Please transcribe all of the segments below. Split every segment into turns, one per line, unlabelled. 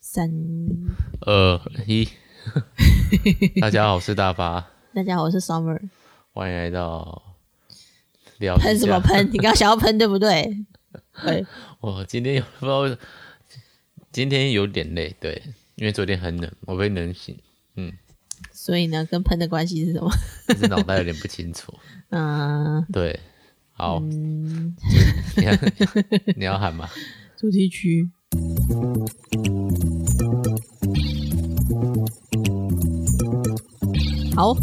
三，
二一，呃 大家好，我是大发，
大家好，我是 Summer。
欢迎来到聊
喷什么？喷？你刚想要喷对不对？ 对，
我今天有不知道为什么，今天有点累，对，因为昨天很冷，我被冷醒，
所以呢，跟喷的关系是什么？
但是脑袋有点不清楚。
嗯，
对，好，你要 你要喊吗？
主题曲。好，
好，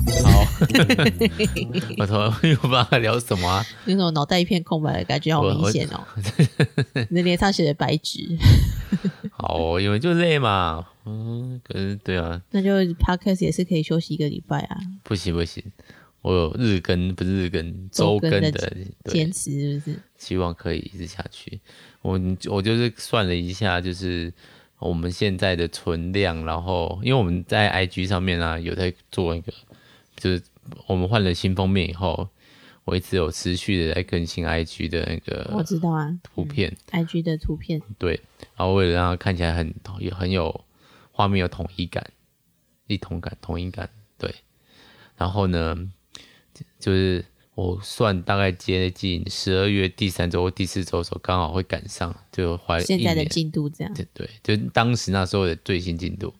我突然又不知道该聊什么啊、
那种脑袋一片空白的感觉好
我
明显 哦。你的脸上写的白纸，
好，因为就累嘛，嗯，可是对啊，
那就 podcast 也是可以休息一个礼拜啊，
不行不行，我有日更不是日更，
周
周更
更
的
的，
对。
坚持是不是？
希望可以一直下去。我我就是算了一下，就是我们现在的存量，然后因为我们在 IG 上面啊，有在做一个，就是我们换了新封面以后，我一直有持续的在更新 IG 的那
我
个
知道啊
图片，
，IG 的图片
对，然后为了让它看起来很也很有画面有统一感、一统感、统一感，对。然后呢，就是我算大概接近十二月第三周或第四周的时候，刚好会赶上，就花呃了一
现在的
年
进度这样。
对对，就是当时那时候的最新进度。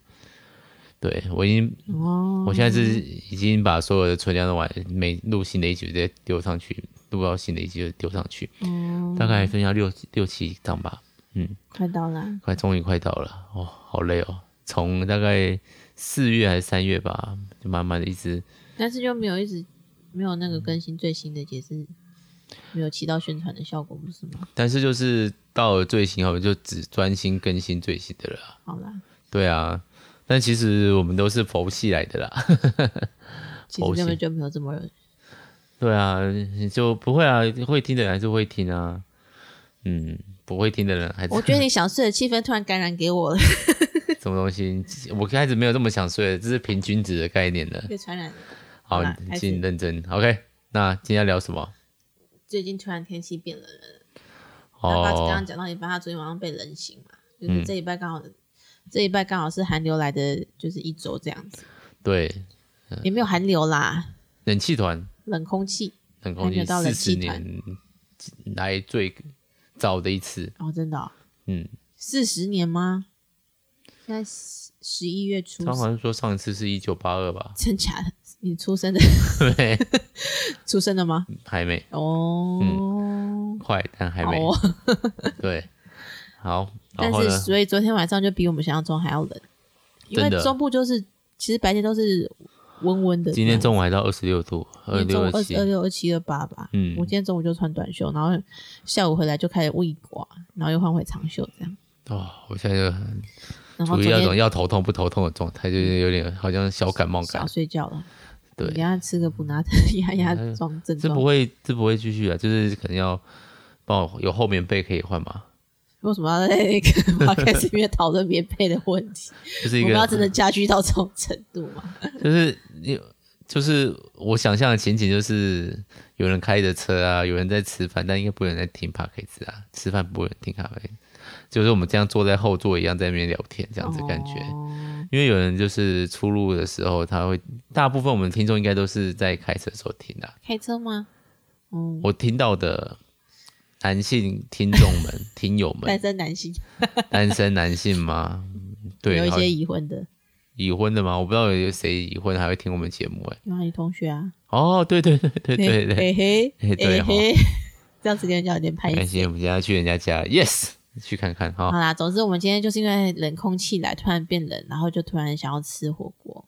对我已经，
哦，
我现在是已经把所有的存量都完，每录新的一集就直接丢上去，录到新的一集就丢上去，
哦，
大概剩下六六七张吧。
快到了，
快，终于快到了，哦，好累哦。从大概四月还是三月吧，就慢慢的一直
但是就没有一直没有那个更新最新的，也是没有起到宣传的效果，不是吗？
但是就是到了最新后，就只专心更新最新的了啦。
好啦，
对啊，但其实我们都是佛系来的啦。
其实根本就没有这么
对啊，就不会啊，会听的人还是会听啊。嗯，不会听的人还是
我觉得你想睡的气氛突然感染给我了，
什么东西？我开始没有这么想睡了，这是平均值的概念了。
被传染。
好
好啦，开始
请认真。OK，那今天要聊什么？
最近突然天气变冷了，
哦，嗯
爸爸刚刚讲到一半，他昨天晚上被冷醒嘛，就是这一拜刚好，这一拜刚好是寒流来的，就是一周这样子，
对，嗯
也没有寒流啦，
冷气团
冷空气
冷空
还没
气
有到
四
冷
十
气
年来最早的一次，
哦，真的、哦，
嗯，
四十年吗？现在十十一月初，，
他好像说上一次是一九八二吧
真假的？你出生的
对，
出生的吗？
还没
哦，
快，但嗯还
好
没、
哦。
对，好，
但
然后
是
呢，
所以昨天晚上就比我们想象中还要冷，因为
真的
中部就是其实白天都是温温的。
今天中午还到二十六度，二
今天嗯中
六二
午二
七
二，六二七二八吧，
嗯
我今天中午就穿短袖，然后下午回来就开始胃刮，然后又换回长袖这样。
哦，我现在就很
然后昨
处于那种
天
要头痛不头痛的状态，就是有点好像小感冒感
想，睡觉了，
对
你等一下吃个补拿特压压装症
这不
状。
会这不会继续啊，就是可能要帮我有后面背可以换吗？
为什么要在那个 p 开始里面讨论棉被的问题？
就是
我
一
们
个
要真的加剧到这种程度吗？
就是你，就是我想象的情景，就是有人开着车啊，有人在吃饭，但应该不会有人在听 p o d c a 啊，吃饭不会有人听咖啡，就是我们这样坐在后座一样，在那边聊天这样子感觉。
哦
因为有人就是出入的时候，他会大部分我们听众应该都是在开车的时候听的、啊
开车吗？嗯，
我听到的男性听众 们、听友
单
们，
身男性
单身男性吗？嗯对，
有一
然后
些已婚的，
已婚的吗？我不知道有谁已婚还会听我们节目哎、
有啊，你同学啊，
哦，对对对对对对，
嘿嘿
嘿
嘿
对
嘿
哦
嘿， 这样时间就有点拍
没。关系，我们今天要去人家家，yes，去看看哈。
好啦，总之我们今天就是因为冷空气来，突然变冷，然后就突然想要吃火锅，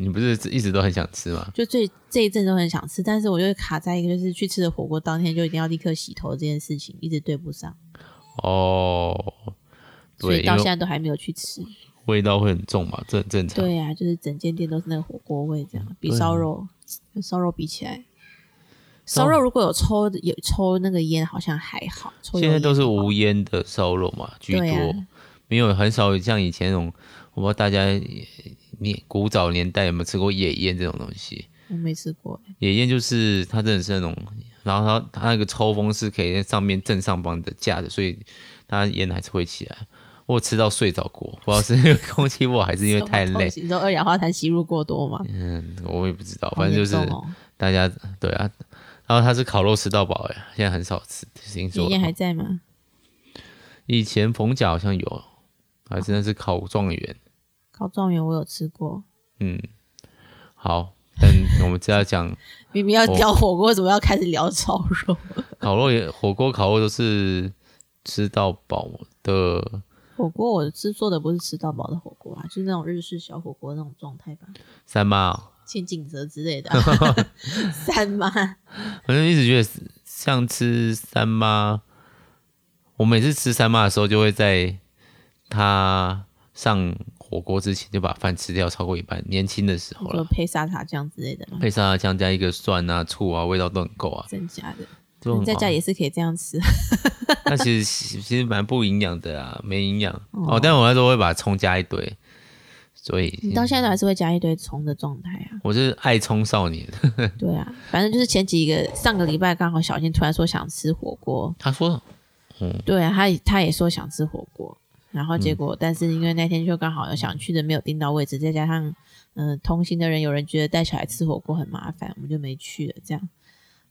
你不是一直都很想吃吗？
就最这一阵都很想吃，但是我就卡在一个就是去吃的火锅当天就一定要立刻洗头这件事情，一直对不上，
哦，
所
对，
以
因
到现
为
在都还没有去吃。
味道会很重嘛，这很啊正常。
对呀、啊，就是整间店都是那个火锅味，这样比烧肉跟烧肉比起来，烧肉如果有抽有抽那个烟，好像还好。抽油
现在都是
烟的话
无烟的烧肉嘛居
对啊
多，没有很少有像以前那种，我不知道大家年古早年代有没有吃过野烟这种东西？
我没吃过、欸，
野烟就是它真的是那种，然后它它那个抽风是可以在上面正上方的架着，所以它烟还是会起来。我有吃到睡着过，不知道是 因为空气不好还是因为太累。
你说二氧化碳吸入过多吗？
嗯，我也不知道，
好
反正就是
严重哦
大家对啊。然后它是烤肉吃到饱哎，现在很少吃，听
爷
说
爷还在吗？
以前逢甲好像有，还真的是烤状元。
烤状元我有吃过，
嗯，好， 但我们只要讲
明明要
哦
聊火锅，为什么要开始聊炒肉？
烤肉也火锅烤肉都是吃到饱的，
火锅我是做的不是吃到饱的火锅啊，就是那种日式小火锅那种状态吧，
三妈、哦，
千景泽之类 的啊、 三妈
反正一直觉得像吃三妈，我每次吃三妈的时候，就会在他上火锅之前就把饭吃掉超过一半。年轻的时候
就
了，
配沙茶酱之类的嘛，
配上酱加一个蒜啊、醋啊，味道都很够啊，
真假的？
就很
你
好
在家也是可以这样吃， 啊
那其实其实蛮不营养的啊，没营养哦但我那时候会把葱加一堆，所
你
以
到现在都还是会加一堆葱的状态啊。
我是爱葱少年。
对啊，反正就是前几个上个礼拜刚好小新突然说想吃火锅，
他说
对啊，他也他也说想吃火锅，然后
嗯
结果、但是因为那天就刚好有想去的没有订到位置，再加上嗯、呃同行的人有人觉得带小孩吃火锅很麻烦，我们就没去了这样，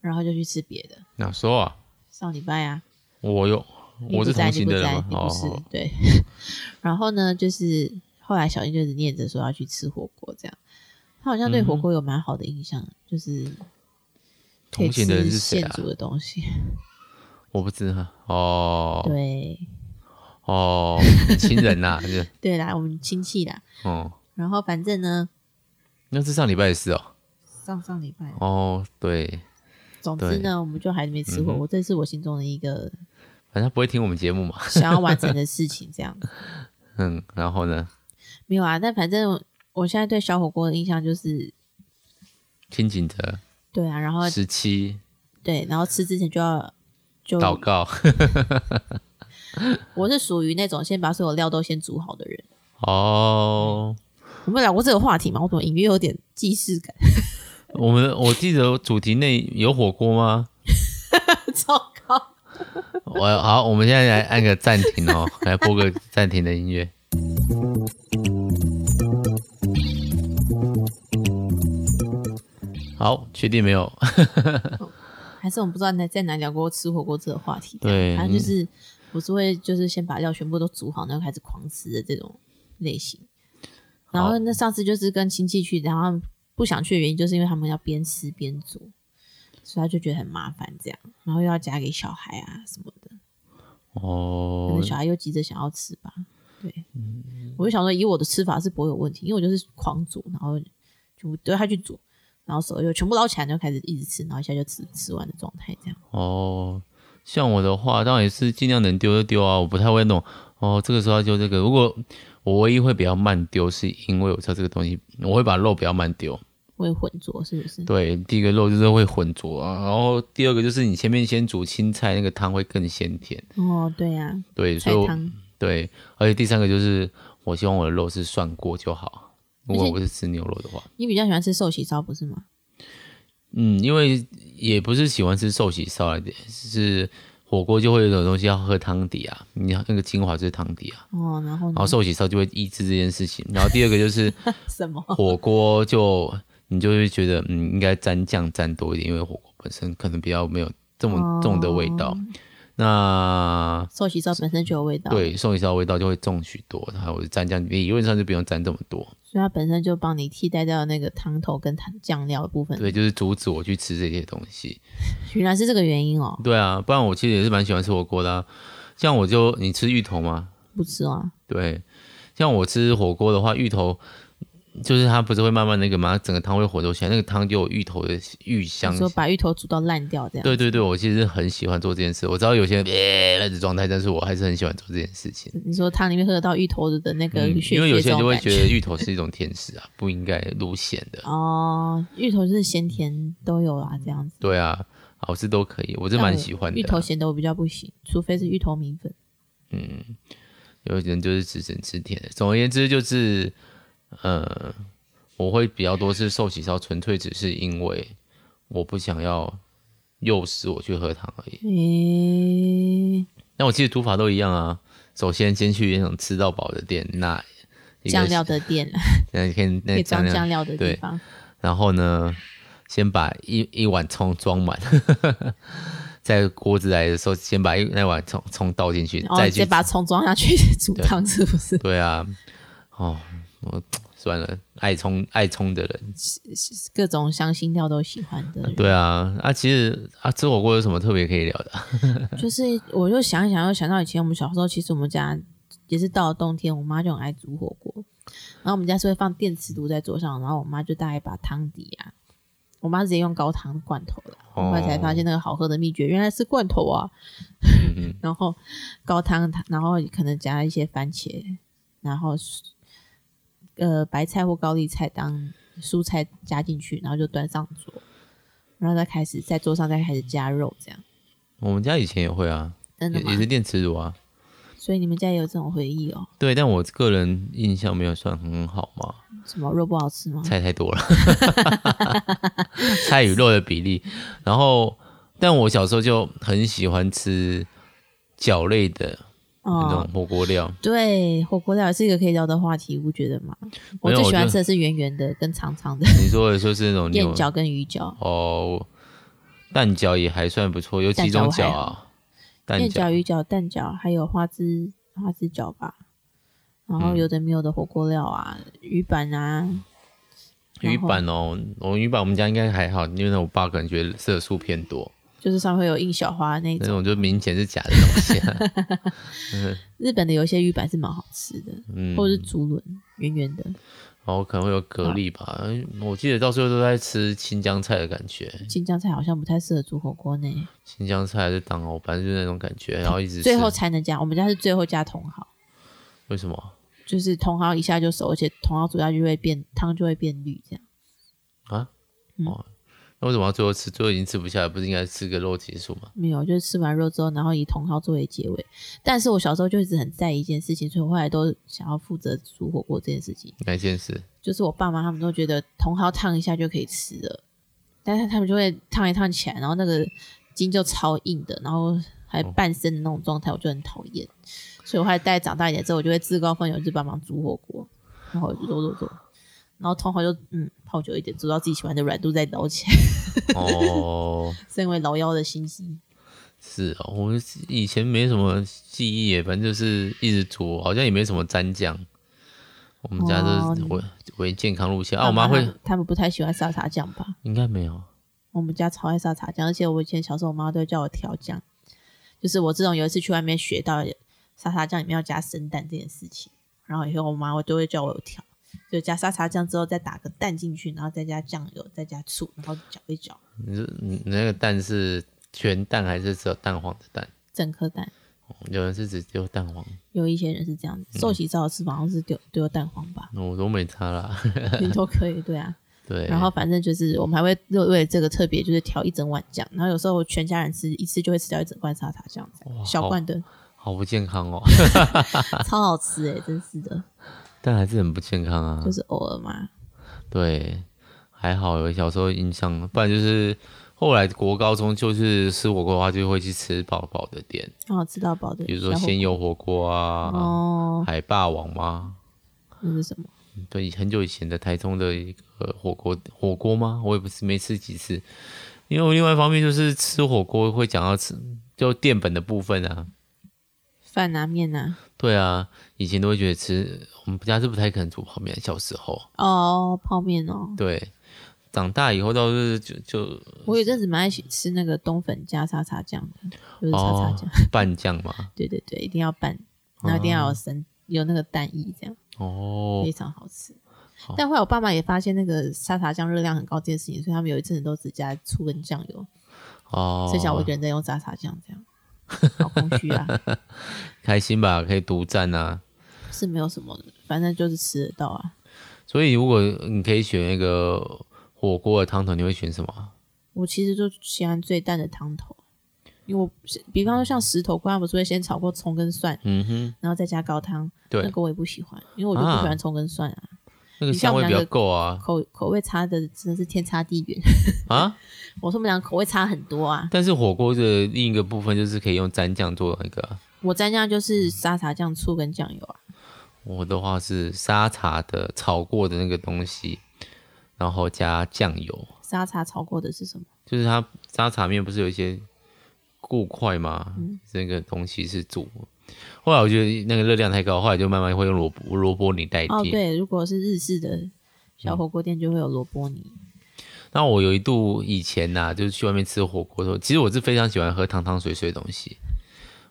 然后就去吃别的。
哪时候啊？
上礼拜啊，
我有
你
我
不
是
在，
同
你
行
不
的人
在，
吗？
你不是
哦，
对。 然后呢，就是后来小新就是念着说要去吃火锅，这样。他好像对火
嗯
锅有蛮好的印象，就是可以吃
同行的人是谁
现
啊？
煮的东西。
我不知道哦
对
哦，亲人呐、就
对啦，我们亲戚啦。
哦，
然后反正呢，
那是上礼拜的事哦。
上上礼拜，
哦，对，
总之
对嗯
呢，我们就还没吃火锅，这是我心中的一个
反正他不会听我们节目嘛。
想要完成的事情。这样
嗯，然后呢，
没有啊，但反正我我现在对小火锅的印象就是，
清景的
对啊，然后
十七
对，然后吃之前就要就
祷告
我是属于那种先把所有料都先煮好的人。
哦。
我们聊过这个话题嘛？我怎么隐约有点既视感？
我们我记得主题内有火锅吗？
糟糕！
我好，我们现在来按个暂停哦， 来播个暂停的音乐。好，确定没有？
还是我们不知道在在哪里聊过吃火锅这个话题。
对
反正就是我是会就是先把料全部都煮好，然后开始狂吃的这种类型。然后那上次就是跟亲戚去，然后他们不想去的原因就是因为他们要边吃边煮，所以他就觉得很麻烦这样，然后又要夹给小孩啊什么的，可
哦嗯
能，小孩又急着想要吃吧。对，我就想说以我的吃法是不会有问题，因为我就是狂煮，然后就对他去煮。然后手就全部捞起来，然后开始一直吃，然后一下就吃吃完的状态这样。
哦，像我的话，当然也是尽量能丢就丢啊，我不太会弄。哦，这个时候要丢这个，如果我唯一会比较慢丢，是因为我知道这个东西，我会把肉比较慢丢。
会混浊，是不是？
对，第一个肉就是会混浊啊，然后第二个就是你前面先煮青菜，那个汤会更鲜甜。
哦，对呀、
对，所
菜
以我
汤。
对，而且第三个就是我希望我的肉是涮过就好。如
而
果
且
我是吃牛肉的话，
你比较喜欢吃寿喜烧，不是吗？
嗯，因为也不是喜欢吃寿喜烧来的，是火锅就会有一种东西要喝汤底啊，你那个精华就是汤底啊，
哦，然后呢
然后寿喜烧就会抑制这件事情。然后第二个就是
什么？
火锅就 你就会觉得嗯应该沾酱沾多一点，因为火锅本身可能比较没有这么重的味道。那
寿喜烧本身就有味道，，
对寿喜烧的味道就会重许多，然后沾酱理论上就不用沾这么多。
所以它本身就帮你替代掉那个汤头跟汤酱料的部分。
对，，就是阻止我去吃这些东西。
原来是这个原因哦，
对啊，不然我其实也是蛮喜欢吃火锅的、啊。像我就你吃芋头吗？
不吃啊。
对，像我吃火锅的话，芋头就是它不是会慢慢那个嘛，整个汤会火粥起来，那个汤就有芋头的芋香
你。说把芋头煮到烂掉这样，
对对对，我其实很喜欢做这件事。我知道有些人呃那种状态，但是我还是很喜欢做这件事情。
你说汤里面喝得到芋头的那个
嗯，
血
因为有
血这
些人就
种
会
感
觉得芋头是一种甜食啊，不应该入咸的。
哦，芋头是咸甜都有啊，这样子。
对啊，好吃都可以，我是
但
蛮
我
喜欢的啊。
芋头咸的我比较不行，除非是芋头米粉。
有些人就是只能吃甜的。总而言之，就是呃，我会比较多是寿喜烧，纯粹只是因为我不想要诱使我去喝汤而已。
诶、
那我其实煮法都一样啊，首先先去那种吃到饱的店，那一个
酱料，的店，
那你可以那
可
个
以装
酱
酱料的地
对
方，
然后呢，先把一一碗葱装满， 在锅子来的时候，先把一那碗葱葱倒进去，
然后
再
哦直
去
接把葱装下去 煮汤，是不是？
对啊，哦，我算了，爱葱爱葱的人，
各种香辛料都喜欢 的人，
对啊，啊，其实啊，吃火锅有什么特别可以聊的啊？
就是我就想一想，又想到以前我们小时候，其实我们家也是到了冬天，我妈就很爱煮火锅，然后我们家是会放电磁炉在桌上，然后我妈就大概把汤底啊，我妈直接用高汤罐头了，我后来才发现那个好喝的秘诀原来是罐头啊， 然后高汤，然后可能加一些番茄，然后呃白菜或高丽菜当蔬菜加进去，然后就端上桌，然后再开始在桌上再开始加肉这样。
我们家以前也会啊，
真的
也
吗？
也是电磁炉啊。
所以你们家也有这种回忆哦？
对，但我个人印象没有算很好嘛，
什么肉不好吃吗？
菜 太多了，菜与肉的比例。然后，但我小时候就很喜欢吃饺类的那种
哦，
火锅料，
对，火锅料也是一个可以聊的话题，不觉得吗？我
没有
最喜
我觉
欢
得
吃的是圆圆的跟长长的
你说的就是那种
燕
牛
饺跟鱼饺，
哦，蛋饺也还算不错，有几种饺啊？蛋
燕
饺
饺、鱼饺、蛋饺，还有花枝花枝饺吧。然后
嗯
有的没有的火锅料啊，鱼板啊，然后
鱼板哦，我鱼板我们家应该还好，因为我爸可能觉得色素偏多，
就是上面会有印小花那种。
那种就明显是假的东西、 啊。
日本的有一些鱼板是蛮好吃的，
嗯，
或者是竹轮圆圆的。
然后可能会有蛤蜊吧，哎我记得到最后都在吃青江菜的感觉，
新疆菜好像不太适合煮火锅呢，
青江菜还是当哦，反正就是那种感觉，然后一直吃
最后才能加。我们家是最后加茼蒿。
为什么
就是茼蒿一下就熟，而且茼蒿煮下去会变汤就会变绿，这样
啊？
嗯
哦，那为什么要最后吃？最后已经吃不下了，不是应该吃个肉结束吗？
没有，就是吃完肉之后，然后以茼蒿作为结尾。但是我小时候就一直很在意一件事情，所以我后来都想要负责煮火锅这件事情。
哪一 件事？
就是我爸妈他们都觉得茼蒿烫一下就可以吃了，但是他们就会烫一烫起来，然后那个筋就超硬的，然后还
哦
半生的那种状态，我就很讨厌。所以我后来大概长大一点之后，我就会自告奋勇去帮忙煮火锅，然后我就做做做，然后茼蒿就嗯泡久一点，煮到自己喜欢的软度再捞起来，
哦，
身为老妖的心机。
是哦，我以前没什么记忆耶，反正就是一直煮，好像也没什么蘸酱。我们家都是
哦
为为健康路线啊，我妈
他
会
们他们不太喜欢沙茶酱吧？
应该没有，
我们家超爱沙茶酱，而且我以前小时候，我妈都会叫我调酱。就是我自从有一次去外面学到沙茶酱里面要加生蛋这件事情，然后以后我妈我都会叫我调，就加沙茶酱之后再打个蛋进去，然后再加酱油，再加醋，然后搅一搅，
你是你那个蛋是全蛋还是只有蛋黄的蛋？
整颗蛋。
有人是只丢蛋黄，，
有一些人是这样子，寿喜烧的吃法好像是丢丢蛋黄吧
我都没差啦。
你都可以，对啊。
对，
然后反正就是我们还会为为了这个特别就是调一整碗酱，然后有时候我全家人吃一次就会吃掉一整罐沙茶酱，小
好
罐 的，
好不健 康哦，
超好吃哎、真是的。
但还是很不健康啊
就。是偶尔嘛。
对，还好有小时候印象，不然就是后来国高中就是吃火锅的话，就会去吃饱饱的店，
然后吃到饱的，
比如说鲜油火锅啊，
哦，
海霸王啊嘛，
那是什么？
对，很久以前的台中的一个火锅火锅吗？我也不是没吃几次，因为我另外一方面就是吃火锅会讲到吃就淀粉的部分啊，
饭啊，面啊，
对啊，以前都会觉得吃我们家是不太可能煮泡面，小时候
哦，泡面哦。
对，长大以后倒是就就
我有一阵子蛮爱喜吃那个冬粉加沙茶酱的，就是沙茶
哦
酱。
拌酱嘛，
对对对，一定要拌，然后一定要有生、有那个蛋液，这样
哦
非，常好吃。但后来我爸妈也发现那个沙茶酱热量很高这件事情，所以他们有一阵子都只加醋跟酱油，
哦，
剩下我一个人在用沙茶酱，这样好空虚啊，
开心吧，可以独占啊。
是没有什么的，反正就是吃得到啊。
所以如果你可以选那个火锅的汤头，你会选什么？
我其实就喜欢最淡的汤头，因为我比方说像石头锅，它不是会先炒过葱跟蒜，
嗯哼，
然后再加高汤，那
对，
个我也不喜欢，因为我就不喜欢葱跟蒜啊，
那个香味比较够啊
口口味差的真的是天差地远。
啊！
我说我们俩口味差很多啊，
但是火锅的另一个部分就是可以用蘸酱做那个啊
我蘸酱就是沙茶酱、醋跟酱油啊。
我的话是沙茶的炒过的那个东西，然后加酱油，
沙茶炒过的是什么？
就是它沙茶面不是有一些固块吗？
嗯
这个东西是煮。后来我觉得那个热量太高，后来就慢慢会用萝卜萝卜泥代替。
哦，对，如果是日式的小
嗯
火锅店，就会有萝卜泥。
那我有一度以前呐、就是去外面吃火锅的时候，其实我是非常喜欢喝汤汤水水的东西，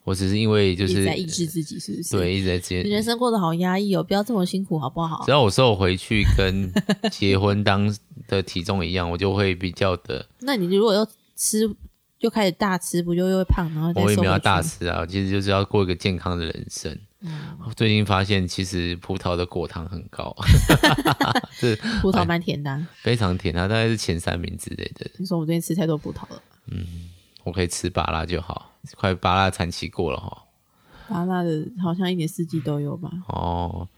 我只是因为就
一直
是
在抑制自己，是不是？，
对一直在
你
接
人，生过得好压抑哦，不要这么辛苦好不好
只？要我瘦回去跟结婚当的体重一样，我就会比较的，
那你如果要吃，就开始大吃，不就又会胖，然后再
我也
瘦
没有要
回
大
去？嗯
吃啊，其实就是要过一个健康的人生。最近发现其实葡萄的果糖很高，
葡萄蛮甜的啊。
非常甜，它大概是前三名之类的，
你说我最近吃太多葡萄了，
我可以吃芭拉就好，快芭拉产期过了哈。
麻辣的啊好像一年四季都有吧？
哦，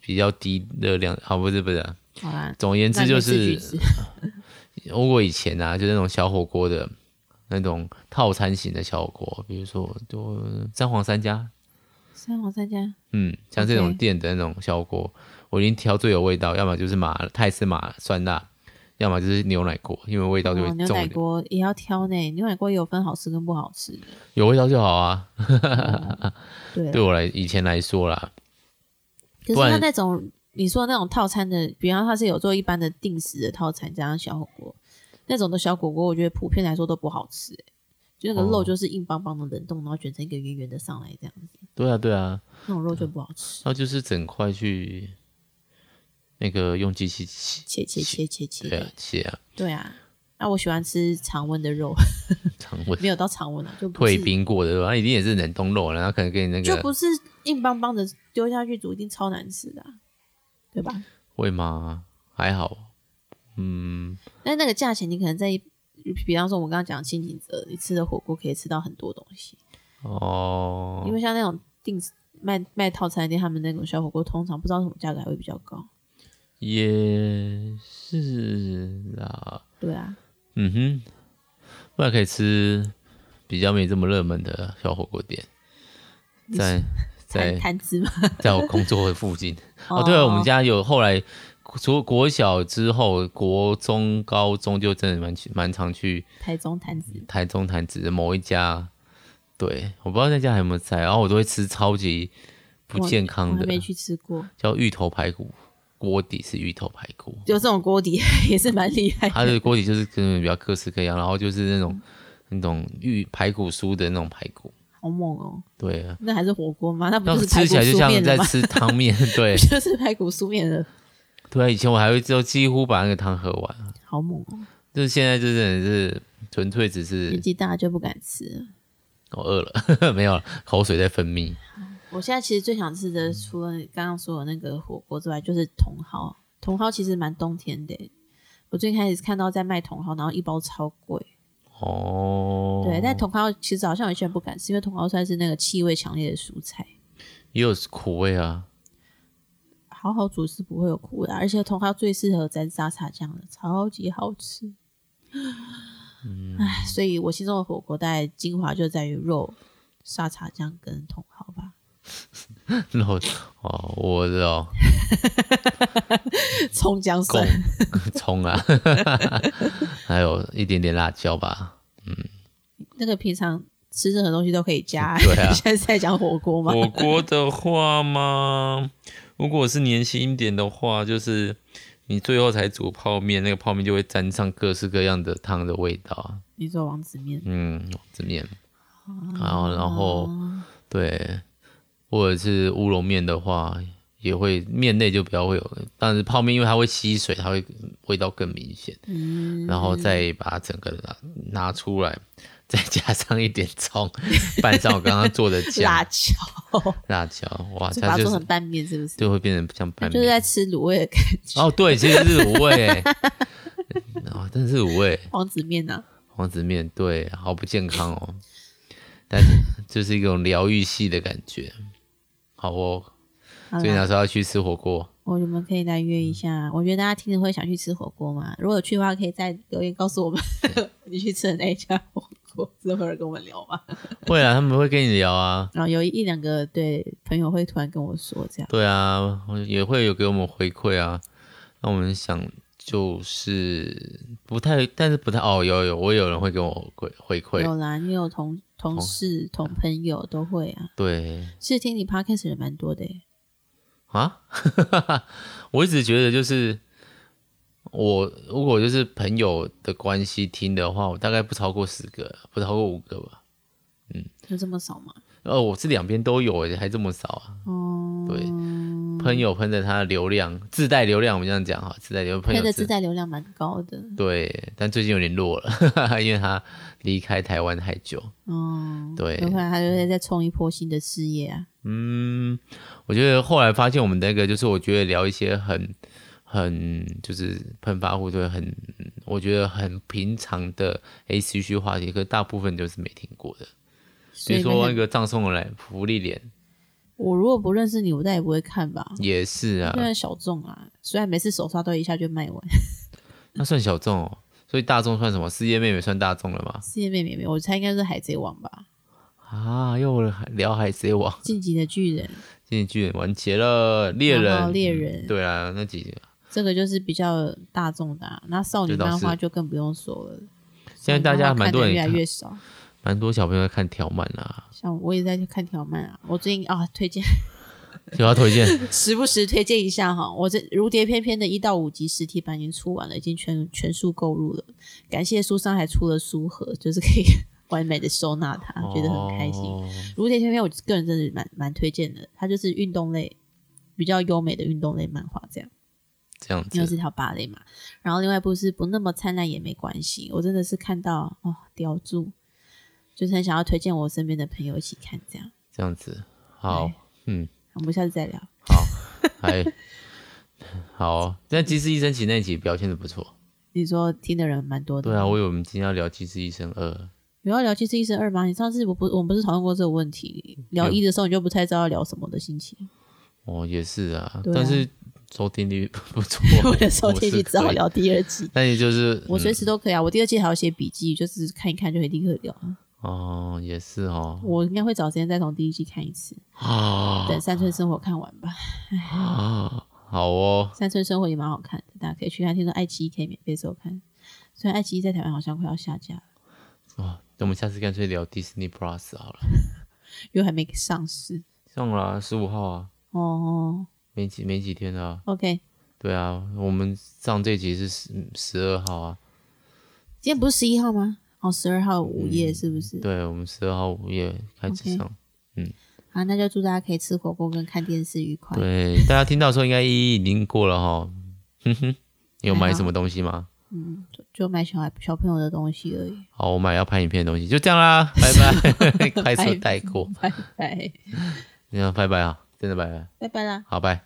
比较低热量，好不是不是啊、
好啦，
总而言
那
之
你
就
吃橘
是，
子
如果以前啊，就那种小火锅的那种套餐型的小火锅，比如说就三皇三家，
三皇三家
嗯，像这种
OK
店的那种小火锅，我已经挑最有味道，要么就是麻泰式麻酸辣，要么就是牛奶锅，因为味道就会
哦，牛
重一
奶
点，
锅也要挑呢，牛奶锅也有分好吃跟不好吃的。
有味道就好啊。
对啊
对，我来以前来说啦，
可是
不然
它那种你说的那种套餐的，比方它是有做一般的定时的套餐，加上小火锅那种的小火锅，我觉得普遍来说都不好吃、欸就那个肉
哦
就是硬邦邦的冷冻，然后卷成一个圆圆的上来这样子，
对啊对啊，
那种肉就不好吃。
那就是整块去那个用机器切，
切切切切切，
对啊切啊，
对啊。那、我喜欢吃常温的肉，
常温
没有到常温啊，就不是
退冰过的，它一定也是冷冻肉了，然后可能给你那
就
个
不是硬邦邦的丢下去煮，一定超难吃的啊、对吧？
会吗？还好，嗯，
但那个价钱，你可能在比方说，我们刚刚讲的清景泽，你吃的火锅可以吃到很多东西，
哦
因，为像那种定时卖卖套餐店，他们那种小火锅，通常不知道什么价格还会比较高。
也是啦，
对啊，
嗯哼，不然可以吃比较没这么热门的小火锅店，在
摊
在
摊子嘛。
在我工作的附近。哦，对了，我们家有后来除国小之后，国中、高中就真的蛮去蛮常去
台中摊子，
台中潭子的某一家，对，我不知道那家还有没有在，然后我都会吃超级不健
我
康
还
的，
没去吃过。
叫芋头排骨，锅底是芋头排骨，
就这种锅底 也是蛮厉害的，
它的锅底就是跟比较各式各样，然后就是那
嗯
种那种芋排骨酥的那种排骨，
好猛哦！
对啊，
那还是火锅吗？那不
那
是排骨
吃起来就
酥
像
面
在
的吗？
吃 汤面，对
就是排骨酥面的，
对啊，以前我还会就几乎把那个汤喝完，
好猛哦！
就是现在就真的是纯粹只
年
是
纪大就不敢吃了。
我饿了， 没有了，口水在分泌，
我现在其实最想吃
嗯
的，除了刚刚说的那个火锅之外，就是茼蒿。茼蒿其实蛮冬天的欸，我最近开始看到在卖茼蒿，然后一包超贵。
哦，
对，但茼蒿其实好像有些人不敢吃，因为茼蒿算是那个气味强烈的蔬菜，
也有苦味啊。
好好煮是不会有苦味的啊，而且茼蒿最适合沾沙茶酱了，超级好吃。
嗯
唉，所以我心中的火锅大概精华就在于肉、沙茶酱跟茼蒿吧，
然后哦，我知道
葱姜
贡
蒜。
葱啊， 还有一点点辣椒吧。
那个平常吃任何东西都可以加，
对啊
现在是在讲火锅嘛，
火锅的话嘛，如果是年轻一点的话，就是你最后才煮泡面，那个泡面就会沾上各式各样的汤的味道啊。
你说王子面，
嗯，这面，然后然后对，或者是乌龙面的话。也会面类就比较会有，但是泡面因为它会吸水，它会味道更明显。
嗯，
然后再把它整个拿拿出来， 再加上一点葱，拌上我刚刚做的
辣
酱
椒，
辣椒，哇，
就把
嗯啊它
它
就
做
是
成拌面，是不是？
就会变成像拌
就是在
面。
吃卤味的 感觉，
哦，对，其实是卤味 欸，哦，真是卤味，
王子面呢、啊？
黄子面，对，好不健康哦，但是就是一种疗愈系的感觉。好哦，
好
所以那
啦，
时候要去吃 火锅，
我们可以来约一下。我觉得大家 听着会想去吃火锅嘛，如果有去的话，可以再留言告诉我们你去吃的那一家火锅。播，之后会有人跟我们聊吧。
会啊，他们会跟你聊啊，
然后有一两个对朋友会突然跟我说这样，
对啊，也会有给我们回馈啊。那我们想就是不太，但是不太哦，有有，我有人会跟我回回馈，
有啦，你有同同事、同朋友都会啊。
对
其实听你 podcast 的人蛮多的耶，
啊， 我一直觉得就是我如果就是朋友的关系听的话，我大概不超过十个，不超过五个吧。
有这么少吗？
哦，我是两边都有诶，还这么少啊？
哦，
对，喷友喷的他的流量，自带流量，我们这样讲哈，自带流朋
他
友
的自带流量蛮高的。
对，但最近有点弱了， 因为他离开台湾太久。
哦，
对
有可能他就会再冲一波新的事业啊。
嗯，我觉得后来发现我们那个就是，我觉得聊一些很很就是喷发户对很，我觉得很平常的 A C 区话题，可大部分就是没听过的。比
所
如
以
说那
个，
个葬送的来福利脸
我如果不认识你，我再也不会看吧。
也是啊
因，为小众啊，虽然每次手刷都一下就卖完，
那算小众哦。所以大众算什么？世界妹妹算大众了吗？
世界妹妹妹，我猜应该是海贼王吧，
啊，又聊海贼王、
晋级的巨人，
进巨人完结了，猎
然后
人，
猎人
对啊，那几个
这个就是比较大众的、啊。那少女
这倒
漫画
是
就更不用说了，
现在大家蛮多人
少女漫画看的越来
看
越少。
蛮多小朋友在看条漫啊啦、
像我也在去看条漫啊，我最近啊推荐，
有要推荐
时不时推荐一下哈。我这《如蝶翩翩》的一到五集实体版已经出完了，已经全全数购入了。感谢书商还出了书盒，就是可以 完美的收纳它， 觉得很开心。
哦
如蝶翩翩，我个人真的蛮蛮推荐的，它就是运动类比较优美的运动类漫画这样，
这样
因为
子
是条芭蕾嘛。然后另外一部是不那么灿烂也没关系，我真的是看到哦叼住，就是很想要推荐我身边的朋友一起看这样。
这样子，好，嗯，
我们下次再聊。
还 好。但《机智医生》其实那一集表现的不错。
你说听的人蛮多的，
对啊，我以为我们今天要聊《机智医生二》，
有要聊《七四一生二》吗？你上次我不我们不是讨论过这个问题？聊一的时候你就不太知道要聊什么的心情，
哦，也是啊，
对啊，
但是收听率 不错
为了收听率只好
我是可以。嗯
聊第二 季。
但也就是
我随时都可以啊，我第二季还要写笔记，就是看一看就可以立刻聊。
哦，也是哦，
我应该会找时间再从第一季看一次，
啊
等《山村生活》看完吧。
啊，好哦，
《山村生活》也蛮好看的，大家可以去看。听说爱奇艺可以免费收看，虽然爱奇艺在台湾好像快要下架了，
哦，那我们下次干脆聊 Disney Plus 好了。
因为还没上市。
上了啊，十五号啊，
哦
没几没几天啊。
，OK，
对啊，我们上这集是十十二号啊。
今天不是十一号吗？哦，十二号午夜是不是？
嗯对，我们十二号午夜开始
OK
上。
好，那就祝大家可以吃火锅跟看电视愉快。
对，大家听到的时候应该一一已经过了哈。 哼哼，你有买什么东西吗？
就买小孩小朋友的东西而已。
好，我买要拍影片的东西，就这样啦， 拜拜，快速带过，
拜拜，
那拜拜啊，真的拜拜，
拜拜啦。
好拜。